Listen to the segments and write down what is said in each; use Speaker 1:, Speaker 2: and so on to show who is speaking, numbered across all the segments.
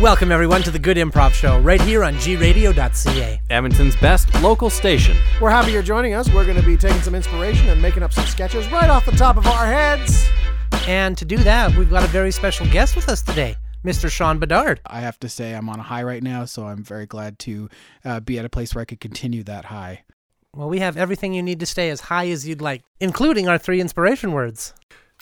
Speaker 1: Welcome, everyone, to the Good Improv Show, right here on gradio.ca.
Speaker 2: Edmonton's best local station.
Speaker 3: We're happy you're joining us. We're going to be taking some inspiration and making up some sketches right off the top of our heads.
Speaker 1: And to do that, we've got a very special guest with us today, Mr. Sean Bedard.
Speaker 4: I have to say I'm on a high right now, so I'm very glad to uh, be at a place where I could continue that high.
Speaker 1: Well, we have everything you need to stay as high as you'd like, including our three inspiration words.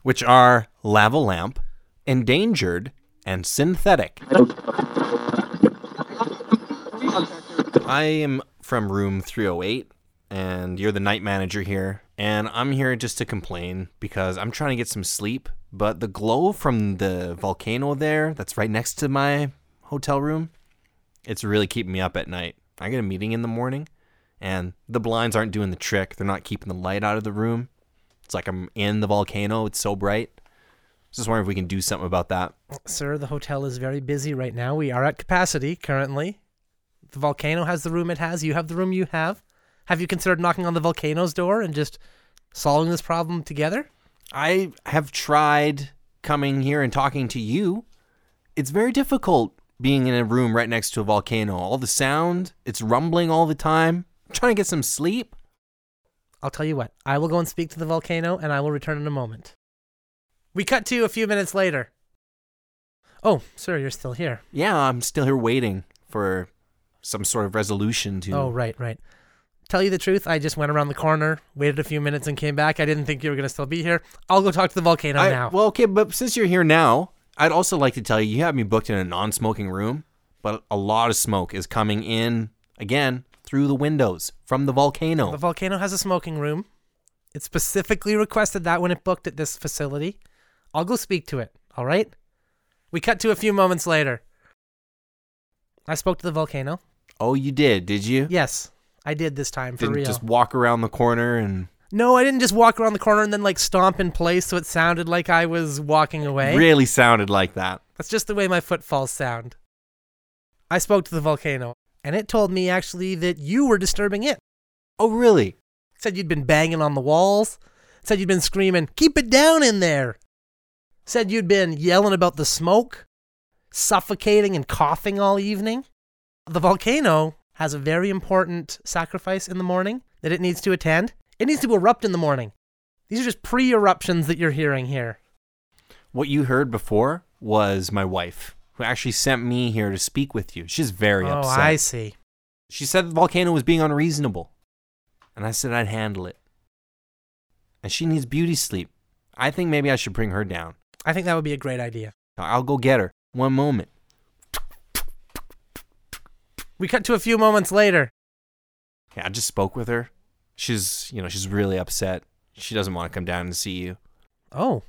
Speaker 2: Which are lava lamp, endangered, and synthetic. I am from room 308, and you're the night manager here. And I'm here just to complain because I'm trying to get some sleep, but the glow from the volcano there that's right next to my hotel room, it's really keeping me up at night. I get a meeting in the morning, and the blinds aren't doing the trick. They're not keeping the light out of the room. It's like I'm in the volcano, it's so bright. Just wondering if we can do something about that.
Speaker 1: Sir, the hotel is very busy right now. We are at capacity currently. The volcano has the room it has. You have the room you have. Have you considered knocking on the volcano's door and just solving this problem together?
Speaker 2: I have tried coming here and talking to you. It's very difficult being in a room right next to a volcano. All the sound, it's rumbling all the time. I'm trying to get some sleep.
Speaker 1: I'll tell you what, I will go and speak to the volcano and I will return in a moment. We cut to a few minutes later. Oh, sir, you're still here.
Speaker 2: Yeah, I'm still here waiting for some sort of resolution to.
Speaker 1: Oh, right, right. Tell you the truth, I just went around the corner, waited a few minutes, and came back. I didn't think you were going to still be here. I'll go talk to the volcano
Speaker 2: I-
Speaker 1: now.
Speaker 2: Well, okay, but since you're here now, I'd also like to tell you you have me booked in a non smoking room, but a lot of smoke is coming in again through the windows from the volcano.
Speaker 1: The volcano has a smoking room. It specifically requested that when it booked at this facility. I'll go speak to it, all right? We cut to a few moments later. I spoke to the volcano.
Speaker 2: oh, you did, did you?
Speaker 1: Yes, I did this time for
Speaker 2: Didn't
Speaker 1: real.
Speaker 2: just walk around the corner and
Speaker 1: No, I didn't just walk around the corner and then like stomp in place so it sounded like I was walking away.
Speaker 2: really sounded like that.
Speaker 1: That's just the way my footfalls sound. I spoke to the volcano, and it told me actually that you were disturbing it.
Speaker 2: Oh, really?
Speaker 1: Said you'd been banging on the walls. Said you'd been screaming, keep it down in there. Said you'd been yelling about the smoke, suffocating and coughing all evening. The volcano has a very important sacrifice in the morning that it needs to attend. It needs to erupt in the morning. These are just pre eruptions that you're hearing here.
Speaker 2: What you heard before was my wife, who actually sent me here to speak with you. She's very
Speaker 1: oh,
Speaker 2: upset.
Speaker 1: I see.
Speaker 2: She said the volcano was being unreasonable. And I said I'd handle it. And she needs beauty sleep. I think maybe I should bring her down.
Speaker 1: I think that would be a great idea.
Speaker 2: I'll go get her. One moment.
Speaker 1: We cut to a few moments later.
Speaker 2: Yeah, I just spoke with her. She's, you know, she's really upset. She doesn't want to come down and see you.
Speaker 1: Oh,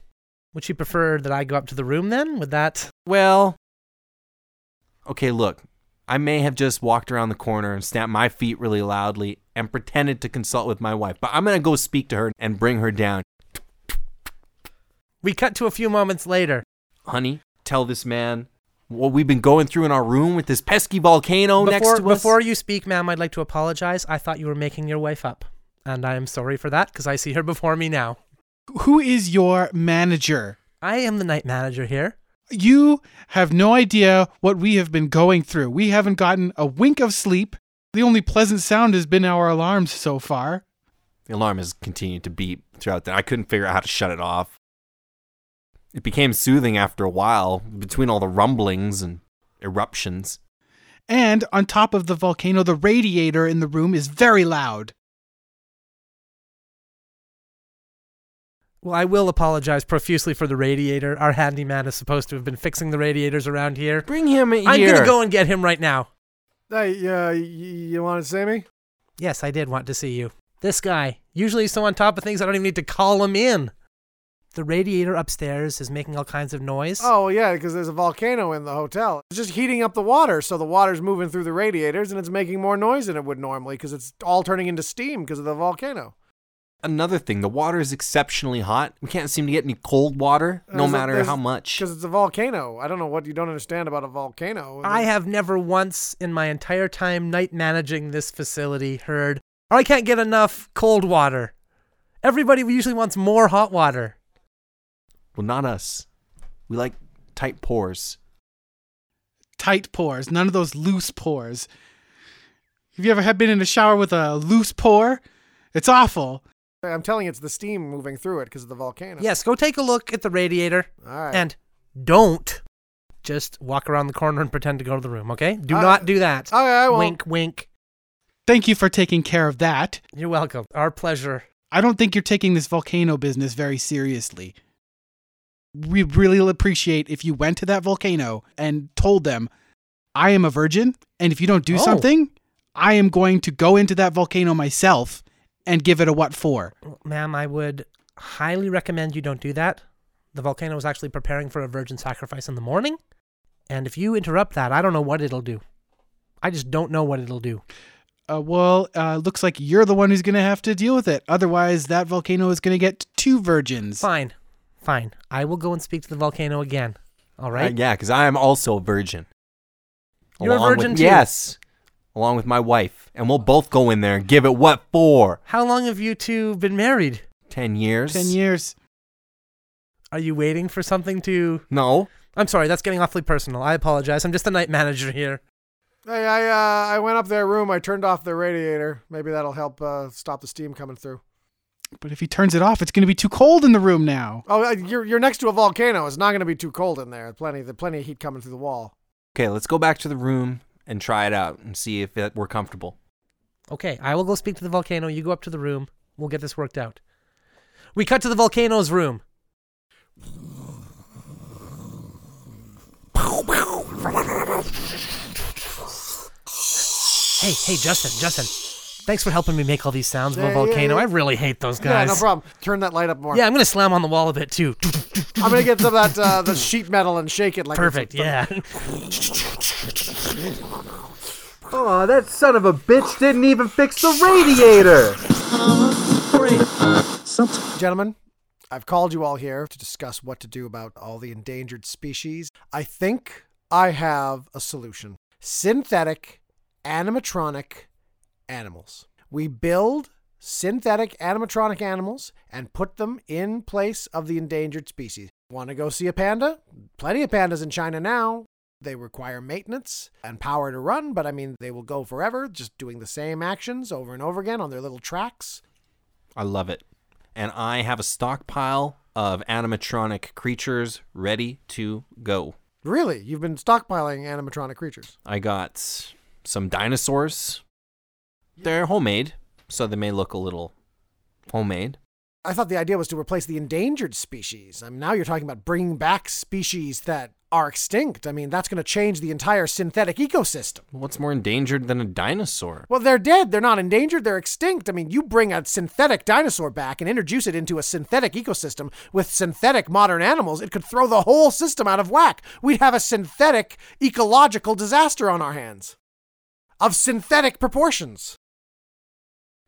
Speaker 1: would she prefer that I go up to the room then? Would that.
Speaker 2: Well, okay, look. I may have just walked around the corner and stamped my feet really loudly and pretended to consult with my wife, but I'm going to go speak to her and bring her down.
Speaker 1: We cut to a few moments later.
Speaker 2: Honey, tell this man what we've been going through in our room with this pesky volcano
Speaker 1: before,
Speaker 2: next to us.
Speaker 1: before you speak, ma'am, I'd like to apologize. I thought you were making your wife up. And I am sorry for that because I see her before me now.
Speaker 4: Who is your manager?
Speaker 1: I am the night manager here.
Speaker 4: You have no idea what we have been going through. We haven't gotten a wink of sleep. The only pleasant sound has been our alarms so far.
Speaker 2: the alarm has continued to beep throughout that. I couldn't figure out how to shut it off. It became soothing after a while between all the rumblings and eruptions.
Speaker 4: And on top of the volcano, the radiator in the room is very loud.
Speaker 1: Well, I will apologize profusely for the radiator. Our handyman is supposed to have been fixing the radiators around here.
Speaker 2: Bring him here.
Speaker 1: I'm going to go and get him right now.
Speaker 3: Hey, uh, y- you want to see me?
Speaker 1: Yes, I did want to see you. This guy, usually he's so on top of things, I don't even need to call him in. The radiator upstairs is making all kinds of noise.
Speaker 3: Oh, well, yeah, because there's a volcano in the hotel. It's just heating up the water, so the water's moving through the radiators and it's making more noise than it would normally because it's all turning into steam because of the volcano.
Speaker 2: Another thing, the water is exceptionally hot. We can't seem to get any cold water, no
Speaker 3: There's a-
Speaker 2: matter
Speaker 3: there's-
Speaker 2: how much.
Speaker 3: Because it's a volcano. I don't know what you don't understand about a volcano.
Speaker 1: I have never once in my entire time night managing this facility heard, or I can't get enough cold water. Everybody usually wants more hot water.
Speaker 2: Well, not us. We like tight pores.
Speaker 4: tight pores, none of those loose pores. Have you ever had- been in a shower with a loose pore? It's awful.
Speaker 3: I'm telling you, it's the steam moving through it because of the volcano.
Speaker 1: Yes, go take a look at the radiator
Speaker 3: All right.
Speaker 1: and don't just walk around the corner and pretend to go to the room, okay? Do
Speaker 3: Uh,
Speaker 1: not do that.
Speaker 3: okay, I won't.
Speaker 1: Wink, wink.
Speaker 4: Thank you for taking care of that.
Speaker 1: You're welcome. Our pleasure.
Speaker 4: I don't think you're taking this volcano business very seriously. We really will appreciate if you went to that volcano and told them, I am a virgin, and if you don't do
Speaker 1: Oh.
Speaker 4: something, I am going to go into that volcano myself and give it a what for.
Speaker 1: Ma'am, I would highly recommend you don't do that. The volcano is actually preparing for a virgin sacrifice in the morning. And if you interrupt that, I don't know what it'll do. I just don't know what it'll do.
Speaker 4: Uh, well, uh, looks like you're the one who's going to have to deal with it. Otherwise, that volcano is going to get two virgins.
Speaker 1: Fine. Fine. I will go and speak to the volcano again. All
Speaker 2: Uh,
Speaker 1: right?
Speaker 2: yeah, because I am also a virgin.
Speaker 1: You're a
Speaker 2: Along
Speaker 1: virgin
Speaker 2: with,
Speaker 1: too.
Speaker 2: Yes, along with my wife, and we'll both go in there and give it what for?
Speaker 1: How long have you two been married?
Speaker 2: Ten years.
Speaker 4: Ten years.
Speaker 1: Are you waiting for something to.
Speaker 2: No.
Speaker 1: I'm sorry, that's getting awfully personal. I apologize. I'm just the night manager here.
Speaker 3: Hey, I uh, I went up their room. I turned off their radiator. Maybe that'll help uh, stop the steam coming through.
Speaker 4: But if he turns it off, it's going to be too cold in the room now.
Speaker 3: Oh, uh, you're you're next to a volcano. It's not going to be too cold in there. Plenty, the plenty of heat coming through the wall.
Speaker 2: Okay, let's go back to the room and try it out and see if it, we're comfortable.
Speaker 1: Okay, I will go speak to the volcano. You go up to the room. We'll get this worked out. We cut to the volcano's room. Hey, hey, Justin, Justin. Thanks for helping me make all these sounds with a
Speaker 3: Yeah, yeah,
Speaker 1: volcano.
Speaker 3: yeah.
Speaker 1: I really hate those
Speaker 3: Yeah,
Speaker 1: guys.
Speaker 3: no problem. Turn that light up more.
Speaker 1: Yeah, I'm gonna slam on the wall a bit too.
Speaker 3: I'm gonna get some of that uh, the sheet metal and shake it like it's-
Speaker 1: Perfect. Yeah.
Speaker 5: Oh, that son of a bitch didn't even fix the radiator.
Speaker 3: Gentlemen, I've called you all here to discuss what to do about all the endangered species. I think I have a solution synthetic animatronic animals. We build synthetic animatronic animals and put them in place of the endangered species. Want to go see a panda? Plenty of pandas in China now. They require maintenance and power to run, but I mean, they will go forever just doing the same actions over and over again on their little tracks.
Speaker 2: I love it. And I have a stockpile of animatronic creatures ready to go.
Speaker 3: Really? You've been stockpiling animatronic creatures.
Speaker 2: I got some dinosaurs. They're homemade, so they may look a little homemade.
Speaker 3: I thought the idea was to replace the endangered species. I mean, now you're talking about bringing back species that are extinct. I mean, that's going to change the entire synthetic ecosystem.
Speaker 2: What's more endangered than a dinosaur?
Speaker 3: Well, they're dead. They're not endangered. They're extinct. I mean, you bring a synthetic dinosaur back and introduce it into a synthetic ecosystem with synthetic modern animals, it could throw the whole system out of whack. We'd have a synthetic ecological disaster on our hands of synthetic proportions.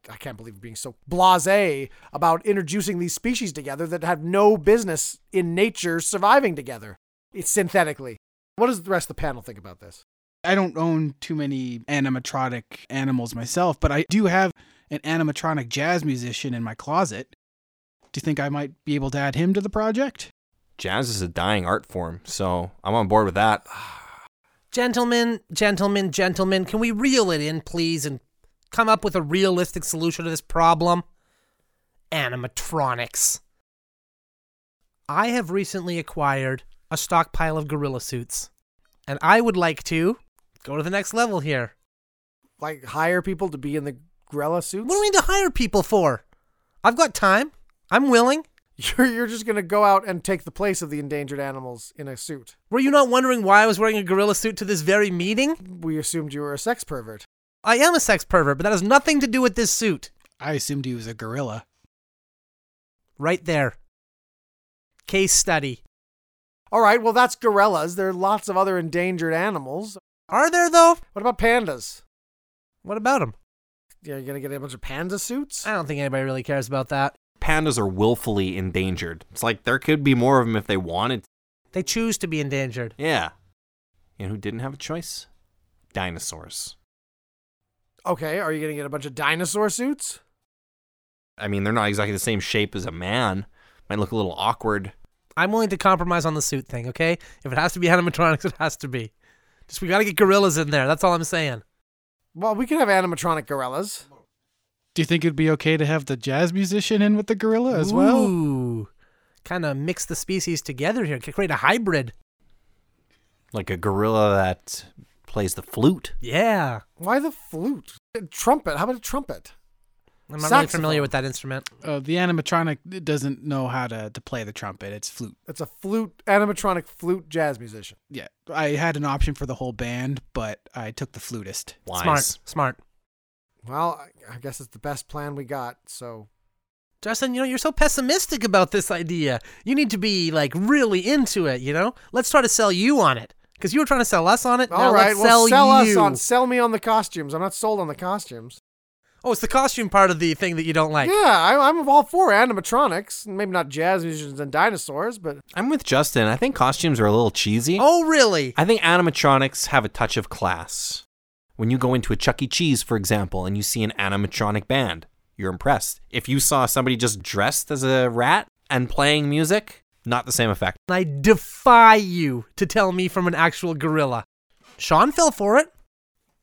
Speaker 3: I can't believe being so blase about introducing these species together that have no business in nature surviving together. It's synthetically. What does the rest of the panel think about this?
Speaker 4: I don't own too many animatronic animals myself, but I do have an animatronic jazz musician in my closet. Do you think I might be able to add him to the project?
Speaker 2: Jazz is a dying art form, so I'm on board with that.
Speaker 1: gentlemen, gentlemen, gentlemen, can we reel it in, please, and come up with a realistic solution to this problem? Animatronics. I have recently acquired a stockpile of gorilla suits, and I would like to go to the next level here.
Speaker 3: like hire people to be in the gorilla suits?
Speaker 1: What do we need to hire people for? I've got time. I'm willing.
Speaker 3: You're you're just gonna go out and take the place of the endangered animals in a suit.
Speaker 1: Were you not wondering why I was wearing a gorilla suit to this very meeting?
Speaker 3: We assumed you were a sex pervert.
Speaker 1: I am a sex pervert, but that has nothing to do with this suit.
Speaker 4: I assumed he was a gorilla.
Speaker 1: Right there. Case study.
Speaker 3: All right, well that's gorillas. There are lots of other endangered animals.
Speaker 1: Are there though?
Speaker 3: What about pandas?
Speaker 1: What about them?
Speaker 3: Yeah, you're gonna get a bunch of panda suits.
Speaker 1: I don't think anybody really cares about that.
Speaker 2: Pandas are willfully endangered. It's like there could be more of them if they wanted.
Speaker 1: They choose to be endangered.
Speaker 2: Yeah. And who didn't have a choice? Dinosaurs.
Speaker 3: Okay, are you gonna get a bunch of dinosaur suits?
Speaker 2: I mean, they're not exactly the same shape as a man. Might look a little awkward.
Speaker 1: I'm willing to compromise on the suit thing, okay? If it has to be animatronics, it has to be. Just we got to get gorillas in there. That's all I'm saying.
Speaker 3: Well, we could have animatronic gorillas.
Speaker 4: Do you think it'd be okay to have the jazz musician in with the gorilla as well?
Speaker 1: Ooh. Kind of mix the species together here. Create a hybrid.
Speaker 2: Like a gorilla that plays the flute.
Speaker 1: Yeah.
Speaker 3: Why the flute? Uh, Trumpet. How about a trumpet?
Speaker 1: I'm not really
Speaker 3: Saxophone.
Speaker 1: familiar with that instrument.
Speaker 4: Uh, the animatronic doesn't know how to, to play the trumpet. It's flute.
Speaker 3: It's a flute, animatronic flute jazz musician.
Speaker 4: Yeah, I had an option for the whole band, but I took the flutist.
Speaker 2: Wise.
Speaker 1: Smart. Smart.
Speaker 3: Well, I- I guess it's the best plan we got. So
Speaker 1: Justin, you know, you're so pessimistic about this idea. You need to be like really into it, you know? Let's try to sell you on it. Because you were trying to sell us on it.
Speaker 3: all
Speaker 1: now
Speaker 3: right,
Speaker 1: let's
Speaker 3: well,
Speaker 1: sell,
Speaker 3: sell
Speaker 1: you.
Speaker 3: us on sell me on the costumes. I'm not sold on the costumes.
Speaker 1: Oh, it's the costume part of the thing that you don't like.
Speaker 3: yeah, I, I'm all for animatronics. Maybe not jazz musicians and dinosaurs, but
Speaker 2: I'm with Justin. I think costumes are a little cheesy.
Speaker 1: Oh, really?
Speaker 2: I think animatronics have a touch of class. When you go into a Chuck E. Cheese, for example, and you see an animatronic band, you're impressed. If you saw somebody just dressed as a rat and playing music, not the same effect.
Speaker 1: I defy you to tell me from an actual gorilla. Sean fell for it.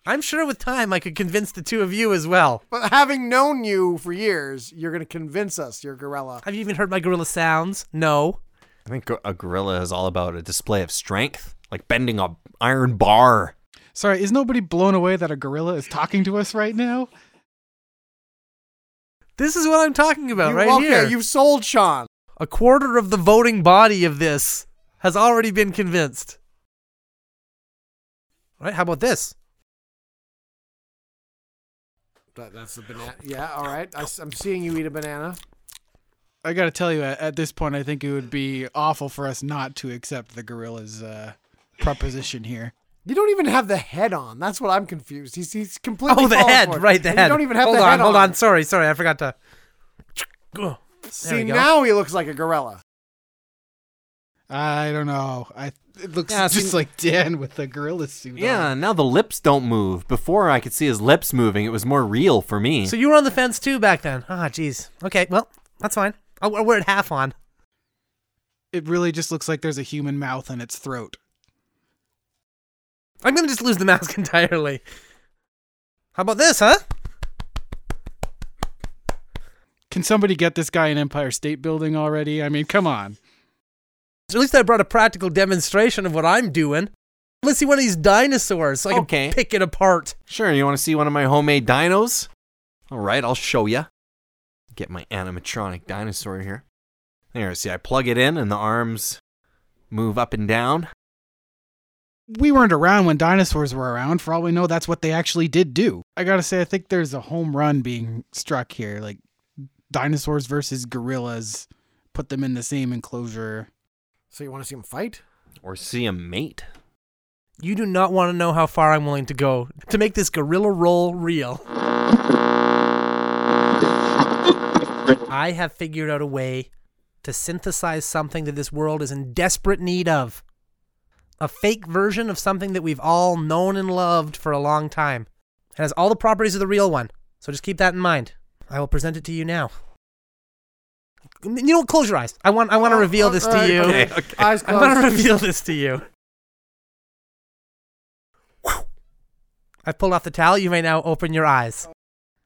Speaker 1: I'm sure with time I could convince the two of you as well.
Speaker 3: but having known you for years, you're gonna convince us you're gorilla.
Speaker 1: Have you even heard my gorilla sounds? No.
Speaker 2: I think go- a gorilla is all about a display of strength, like bending a iron bar.
Speaker 4: Sorry, is nobody blown away that a gorilla is talking to us right now?
Speaker 1: This is what I'm talking about
Speaker 3: you,
Speaker 1: right
Speaker 3: okay,
Speaker 1: here.
Speaker 3: You've sold Sean.
Speaker 1: A quarter of the voting body of this has already been convinced. All right, how about this?
Speaker 3: That, that's the banana. Yeah, all right. I, am seeing you eat a banana.
Speaker 4: I gotta tell you, at, at this point, I think it would be awful for us not to accept the gorilla's uh, proposition here.
Speaker 3: You don't even have the head on. That's what I'm confused. He's he's completely.
Speaker 1: oh, the
Speaker 3: fallen
Speaker 1: head,
Speaker 3: for it.
Speaker 1: right? The
Speaker 3: And
Speaker 1: head.
Speaker 3: You don't even have
Speaker 1: hold
Speaker 3: the
Speaker 1: on,
Speaker 3: head
Speaker 1: hold
Speaker 3: on.
Speaker 1: on. Sorry, sorry, I forgot to. Ugh. There
Speaker 3: See
Speaker 1: we go.
Speaker 3: now he looks like a gorilla.
Speaker 4: I don't know. I it looks
Speaker 2: Yeah,
Speaker 4: just
Speaker 2: see-
Speaker 4: like Dan with the gorilla suit. on.
Speaker 2: Yeah, now the lips don't move. Before I could see his lips moving, it was more real for me.
Speaker 1: So you were on the fence too back then. Ah, jeez. Okay, well, that's fine. i we're at half on.
Speaker 4: it really just looks like there's a human mouth in its throat.
Speaker 1: I'm gonna just lose the mask entirely. How about this, huh?
Speaker 4: Can somebody get this guy an Empire State Building already? I mean, come on.
Speaker 1: So at least I brought a practical demonstration of what I'm doing. Let's see one of these dinosaurs so I can
Speaker 2: Okay.
Speaker 1: pick it apart.
Speaker 2: Sure, you want to see one of my homemade dinos? All right, I'll show ya. Get my animatronic dinosaur here. There, see, I plug it in and the arms move up and down.
Speaker 4: We weren't around when dinosaurs were around. For all we know, that's what they actually did do. I gotta say, I think there's a home run being struck here. Like, dinosaurs versus gorillas, put them in the same enclosure.
Speaker 3: So you want to see him fight?
Speaker 2: Or see a mate.
Speaker 1: You do not want to know how far I'm willing to go to make this gorilla roll real. I have figured out a way to synthesize something that this world is in desperate need of. A fake version of something that we've all known and loved for a long time. It has all the properties of the real one. So just keep that in mind. I will present it to you now. You don't close your eyes. I want I want to
Speaker 3: Oh,
Speaker 1: reveal
Speaker 3: oh,
Speaker 1: this
Speaker 3: all right,
Speaker 1: to you.
Speaker 3: okay,
Speaker 2: okay.
Speaker 3: Eyes
Speaker 1: I'm
Speaker 3: closed.
Speaker 1: gonna reveal this to you. I've pulled off the towel. You may now open your eyes.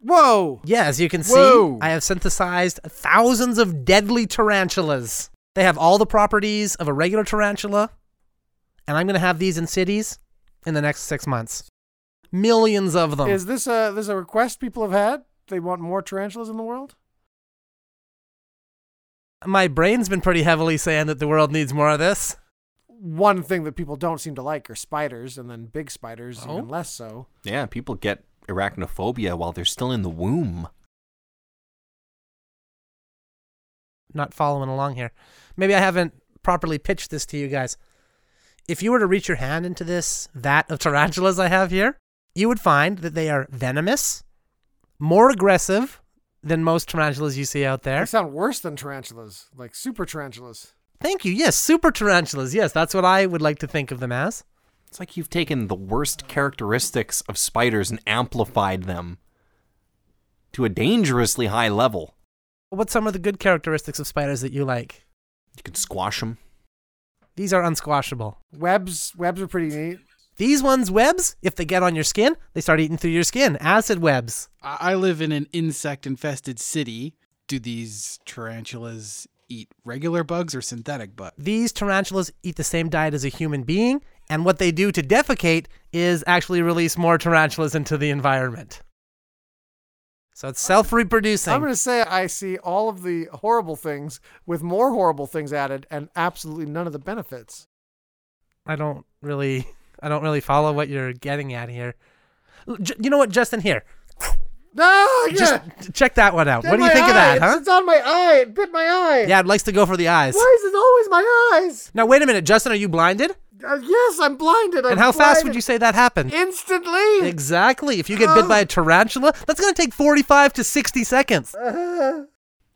Speaker 3: Whoa!
Speaker 1: Yeah, as you can see,
Speaker 3: Whoa.
Speaker 1: I have synthesized thousands of deadly tarantulas. They have all the properties of a regular tarantula, and I'm gonna have these in cities in the next six months. Millions of them.
Speaker 3: Is this a this a request people have had? They want more tarantulas in the world.
Speaker 1: My brain's been pretty heavily saying that the world needs more of this.
Speaker 3: One thing that people don't seem to like are spiders, and then big spiders
Speaker 1: Oh.
Speaker 3: even less so.
Speaker 2: Yeah, people get arachnophobia while they're still in the womb.
Speaker 1: not following along here. Maybe I haven't properly pitched this to you guys. If you were to reach your hand into this vat of tarantulas I have here, you would find that they are venomous, more aggressive than most tarantulas you see out
Speaker 3: They
Speaker 1: there.
Speaker 3: sound worse than tarantulas, like super tarantulas.
Speaker 1: Thank you. Yes, super tarantulas. Yes, that's what I would like to think of them as.
Speaker 2: It's like you've taken the worst characteristics of spiders and amplified them to a dangerously high level.
Speaker 1: What's some of the good characteristics of spiders that you like?
Speaker 2: You can squash them.
Speaker 1: These are unsquashable.
Speaker 3: Webs, webs are pretty neat.
Speaker 1: These ones' webs, if they get on your skin, they start eating through your skin. Acid webs.
Speaker 4: I I live in an insect infested city. Do these tarantulas eat regular bugs or synthetic bugs?
Speaker 1: These tarantulas eat the same diet as a human being, and what they do to defecate is actually release more tarantulas into the environment. So it's self
Speaker 3: I'm
Speaker 1: reproducing.
Speaker 3: going to say I see all of the horrible things with more horrible things added and absolutely none of the benefits.
Speaker 1: I don't really I don't really follow what you're getting at here. L- J- You know what, Justin? Here,
Speaker 3: No, yeah.
Speaker 1: just t- check that one out.
Speaker 3: Get
Speaker 1: What do you
Speaker 3: my
Speaker 1: think of
Speaker 3: eye.
Speaker 1: that,
Speaker 3: It's-
Speaker 1: huh?
Speaker 3: It's on my eye. It bit my eye.
Speaker 1: Yeah, it likes to go for the eyes.
Speaker 3: Why is it always my eyes?
Speaker 1: Now wait a minute, Justin. Are you blinded?
Speaker 3: Uh, yes, I'm blinded. I'm
Speaker 1: and how fast would you
Speaker 3: blinded.
Speaker 1: say that happened?
Speaker 3: Instantly.
Speaker 1: Exactly. If you get bit by a tarantula, that's going to take 45 to 60 seconds.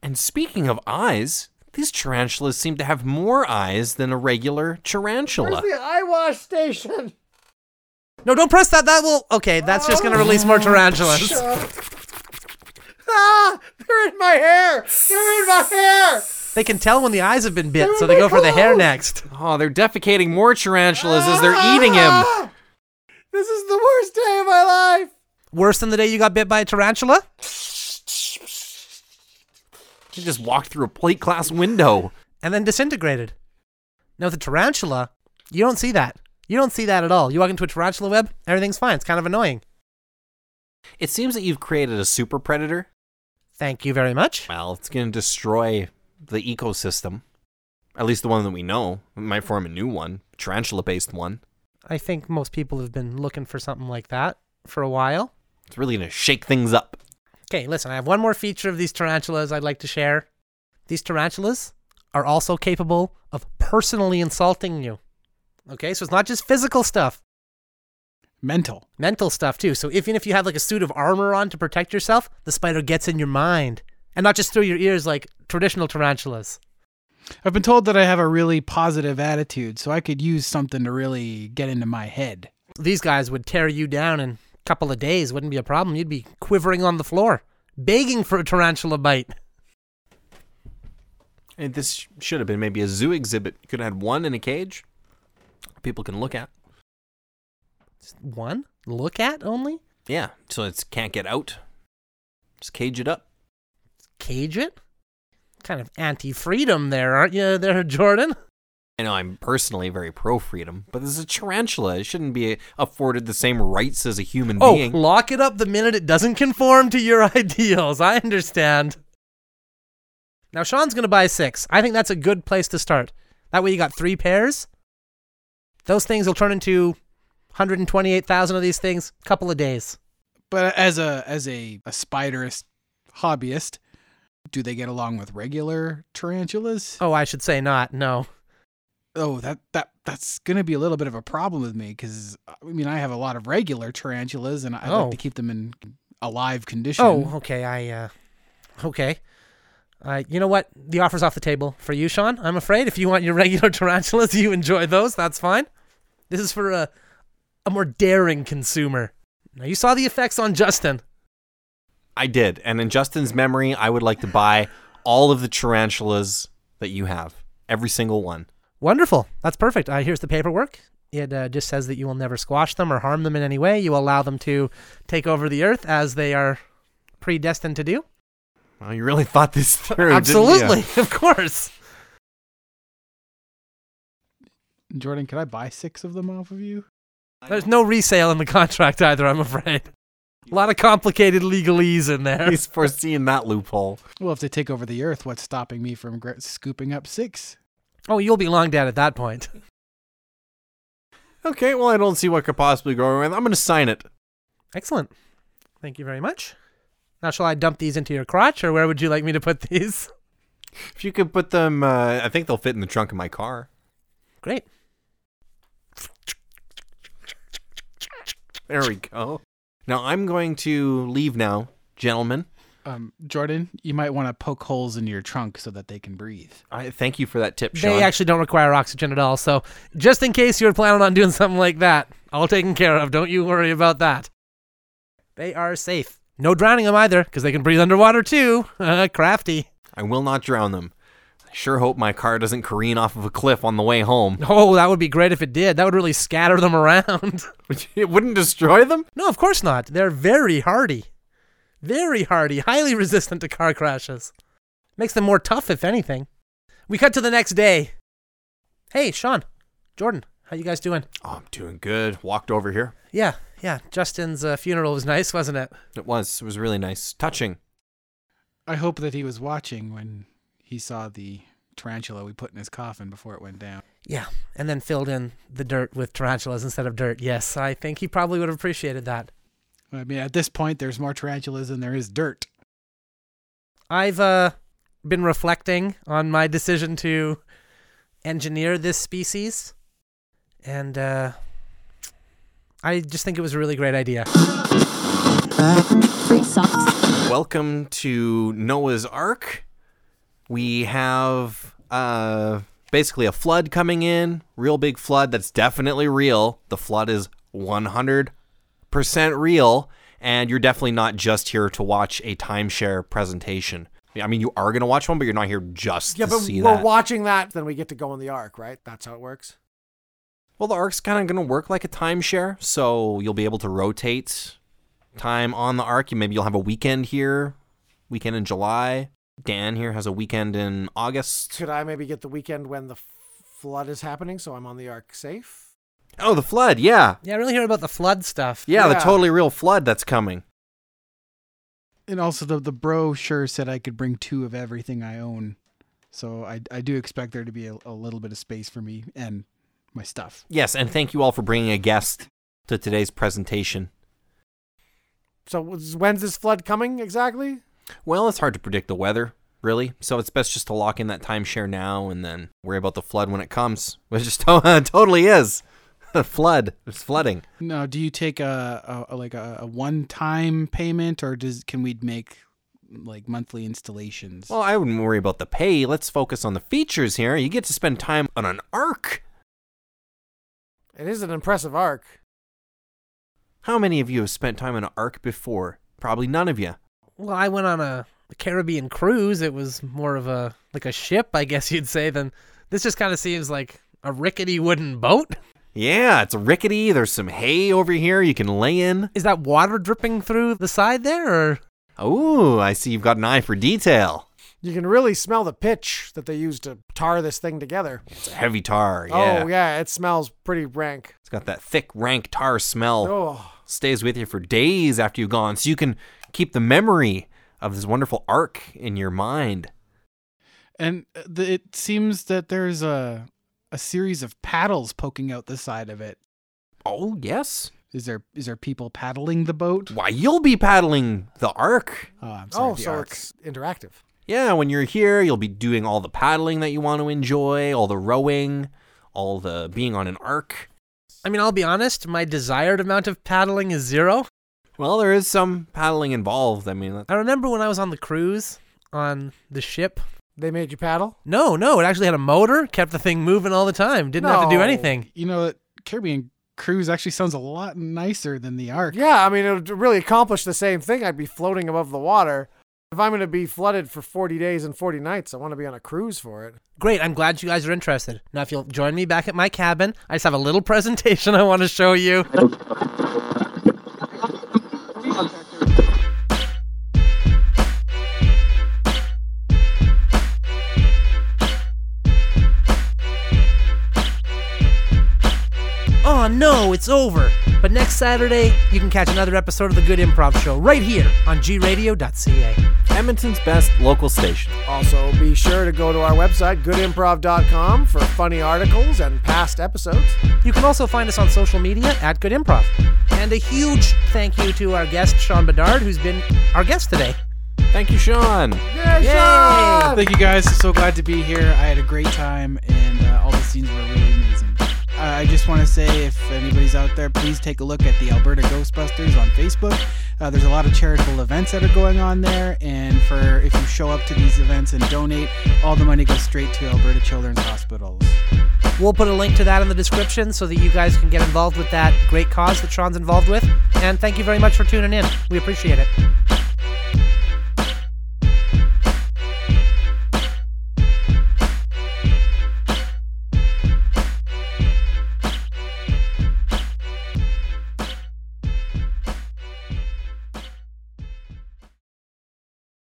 Speaker 2: And speaking of eyes, these tarantulas seem to have more eyes than a regular tarantula.
Speaker 3: Where's the eye wash station?
Speaker 1: No, don't press that. That will. Okay, that's just going to release more
Speaker 3: Oh,
Speaker 1: tarantulas.
Speaker 3: Ah, they're in my hair. They're in my hair.
Speaker 1: They can tell when the eyes have been bit, so they go for the hair next.
Speaker 2: Oh, they're defecating more tarantulas as they're eating him.
Speaker 3: Ah! This is the worst day of my life.
Speaker 1: Worse than the day you got bit by a tarantula?
Speaker 2: He just walked through a plate glass window.
Speaker 1: and then disintegrated. Now with a tarantula, you don't see that. You don't see that at all. You walk into a tarantula web, everything's fine. It's kind of annoying.
Speaker 2: It seems that you've created a super predator.
Speaker 1: Thank you very much.
Speaker 2: Well, it's going to destroy the ecosystem. At least the one that we know. It might form a new one, tarantula based one.
Speaker 1: I think most people have been looking for something like that for a while.
Speaker 2: It's really going to shake things up.
Speaker 1: Okay, listen, I have one more feature of these tarantulas I'd like to share. These tarantulas are also capable of personally insulting you. Okay, so it's not just physical stuff,
Speaker 4: Mental.
Speaker 1: mental stuff too. So even if you have like a suit of armor on to protect yourself, the spider gets in your mind. And not just through your ears like traditional tarantulas.
Speaker 4: I've been told that I have a really positive attitude, so I could use something to really get into my head.
Speaker 1: these guys would tear you down in a couple of days. Wouldn't be a problem. You'd be quivering on the floor, begging for a tarantula bite.
Speaker 2: And this sh- should have been maybe a zoo exhibit. You could have had one in a cage people can look at.
Speaker 1: Just One? Look at only?
Speaker 2: Yeah, so it can't get out. Just cage it up.
Speaker 1: Cage it? Kind of anti freedom there, aren't you, there, Jordan?
Speaker 2: I know I'm personally very pro freedom, but this is a tarantula. It shouldn't be afforded the same rights as a human
Speaker 1: Oh,
Speaker 2: being.
Speaker 1: lock it up the minute it doesn't conform to your ideals. I understand. Now, Sean's going to buy six. I think that's a good place to start. That way, you got three pairs. Those things will turn into 128,000 of these things, couple of days.
Speaker 4: But as a as a, a spiderist hobbyist, do they get along with regular tarantulas?
Speaker 1: Oh, I should say not. No.
Speaker 4: Oh, that that that's gonna be a little bit of a problem with me because I mean I have a lot of regular tarantulas and I
Speaker 1: Oh.
Speaker 4: like to keep them in alive condition.
Speaker 1: Oh, okay. I uh okay. Uh, you know what? The offer's off the table for you, Sean. I'm afraid if you want your regular tarantulas, you enjoy those. That's fine. This is for a a more daring consumer. Now you saw the effects on Justin.
Speaker 2: I did. And in Justin's memory, I would like to buy all of the tarantulas that you have, every single one.
Speaker 1: Wonderful. That's perfect. Uh, here's the paperwork. It uh, just says that you will never squash them or harm them in any way. You allow them to take over the earth as they are predestined to do.
Speaker 2: Well, you really thought this through. didn't you?
Speaker 1: Absolutely, of course.
Speaker 4: Jordan, could I buy six of them off of you?
Speaker 1: There's no resale in the contract either, I'm afraid. A lot of complicated legalese in there.
Speaker 2: He's foreseeing that loophole.
Speaker 4: Well, if they take over the earth, what's stopping me from gra- scooping up six?
Speaker 1: Oh, you'll be long dead at that point.
Speaker 2: Okay, well, I don't see what could possibly go wrong. I'm going to sign it.
Speaker 1: Excellent. Thank you very much. Now, shall I dump these into your crotch, or where would you like me to put these?
Speaker 2: If you could put them, uh, I think they'll fit in the trunk of my car.
Speaker 1: Great.
Speaker 2: There we go. Now I'm going to leave now, gentlemen.
Speaker 4: Um, Jordan, you might want to poke holes in your trunk so that they can breathe.
Speaker 2: I thank you for that tip, Sean.
Speaker 1: They actually don't require oxygen at all, so just in case you're planning on doing something like that, all taken care of. Don't you worry about that. They are safe. No drowning them either, because they can breathe underwater too. crafty.
Speaker 2: I will not drown them. Sure hope my car doesn't careen off of a cliff on the way home.
Speaker 1: Oh, that would be great if it did. That would really scatter them around.
Speaker 2: it wouldn't destroy them?
Speaker 1: no, of course not. They're very hardy. Very hardy, highly resistant to car crashes. Makes them more tough, if anything. We cut to the next day. Hey, Sean, Jordan, how you guys doing?
Speaker 2: Oh, I'm doing good. Walked over here.
Speaker 1: Yeah, yeah. Justin's uh, funeral was nice, wasn't it?
Speaker 2: It was. It was really nice. Touching.
Speaker 4: I hope that he was watching when he saw the tarantula we put in his coffin before it went down.
Speaker 1: Yeah, and then filled in the dirt with tarantulas instead of dirt. Yes, I think he probably would have appreciated that.
Speaker 4: I mean, at this point, there's more tarantulas than there is dirt.
Speaker 1: I've uh, been reflecting on my decision to engineer this species, and uh, I just think it was a really great idea.
Speaker 6: Free socks.
Speaker 2: Welcome to Noah's Ark. We have uh, basically a flood coming in, real big flood that's definitely real. The flood is 100% real, and you're definitely not just here to watch a timeshare presentation. I mean, you are going to watch one, but you're not here just
Speaker 3: Yeah,
Speaker 2: to
Speaker 3: but
Speaker 2: see
Speaker 3: we're
Speaker 2: that.
Speaker 3: watching that, then we get to go in the arc, right? That's how it works.
Speaker 2: well, the Ark's kind of going to work like a timeshare, so you'll be able to rotate time on the Ark. You- Maybe you'll have a weekend here, weekend in July. Dan here has a weekend in August.
Speaker 3: Could I maybe get the weekend when the f- flood is happening so I'm on the arc safe?
Speaker 2: Oh, the flood, yeah.
Speaker 1: Yeah, I really hear about the flood stuff.
Speaker 2: Yeah, the
Speaker 3: Yeah.
Speaker 2: totally real flood that's coming.
Speaker 4: And also, the, the brochure said I could bring two of everything I own. So I, I do expect there to be a, a little bit of space for me and my stuff.
Speaker 2: Yes, and thank you all for bringing a guest to today's presentation.
Speaker 3: So was- when's this flood coming exactly?
Speaker 2: Well, it's hard to predict the weather, really, so it's best just to lock in that timeshare now and then worry about the flood when it comes, which just totally is. flood. It's flooding.
Speaker 4: No, do you take a, a, a- like a, a one-time payment, or does can we make like monthly installations?
Speaker 2: Well, I wouldn't worry about the pay. Let's focus on the features here. You get to spend time on an arc.
Speaker 3: It is an impressive arc.
Speaker 2: How many of you have spent time on an arc before? Probably none of you.
Speaker 1: Well, I went on a Caribbean cruise. It was more of a like a ship, I guess you'd say. Than this just kind of seems like a rickety wooden boat.
Speaker 2: Yeah, it's rickety. There's some hay over here you can lay in.
Speaker 1: Is that water dripping through the side there, or
Speaker 2: Oh, I see you've got an eye for detail.
Speaker 3: You can really smell the pitch that they use to tar this thing together.
Speaker 2: It's a heavy tar, yeah.
Speaker 3: Oh yeah, it smells pretty rank.
Speaker 2: It's got that thick, rank tar smell.
Speaker 3: Oh,
Speaker 2: Stays with you for days after you've gone, so you can keep the memory of this wonderful arc in your mind.
Speaker 4: And uh, the, it seems that there's a a series of paddles poking out the side of it.
Speaker 2: Oh, yes.
Speaker 4: Is there is there people paddling the boat?
Speaker 2: Why, you'll be paddling the arc.
Speaker 4: Oh, I'm sorry.
Speaker 3: oh,
Speaker 4: the
Speaker 3: so
Speaker 4: arc.
Speaker 3: it's interactive.
Speaker 2: Yeah, when you're here, you'll be doing all the paddling that you want to enjoy, all the rowing, all the being on an arc.
Speaker 1: I mean, I'll be honest, my desired amount of paddling is zero.
Speaker 2: Well, there is some paddling involved. I mean,
Speaker 1: I remember when I was on the cruise on the ship.
Speaker 3: They made you paddle.
Speaker 1: No, no, it actually had a motor, kept the thing moving all the time, didn't have to do
Speaker 3: No.
Speaker 1: anything.
Speaker 4: You know, Caribbean cruise actually sounds a lot nicer than the arc.
Speaker 3: Yeah, I mean it would really accomplish the same thing. I'd be floating above the water. If I'm going to be flooded for 40 days and 40 nights, I want to be on a cruise for it.
Speaker 1: Great, I'm glad you guys are interested. Now, if you'll join me back at my cabin, I just have a little presentation I want to show you. Oh no, it's over. But next Saturday, you can catch another episode of The Good Improv Show right here on gradio.ca.
Speaker 2: Edmonton's best local station.
Speaker 3: Also, be sure to go to our website, goodimprov.com, for funny articles and past episodes.
Speaker 1: You can also find us on social media at Good Improv. And a huge thank you to our guest, Sean Bedard, who's been our guest today.
Speaker 2: Thank you, Sean.
Speaker 3: Yay, Sean!
Speaker 4: Thank you guys. So glad to be here. I had a great time, and uh, all the scenes were really amazing. Uh, I just want to say, if anybody's out there, please take a look at the Alberta Ghostbusters on Facebook. Uh, there's a lot of charitable events that are going on there, and for if you show up to these events and donate, all the money goes straight to Alberta Children's Hospitals.
Speaker 1: We'll put a link to that in the description so that you guys can get involved with that great cause that Sean's involved with. And thank you very much for tuning in. We appreciate it.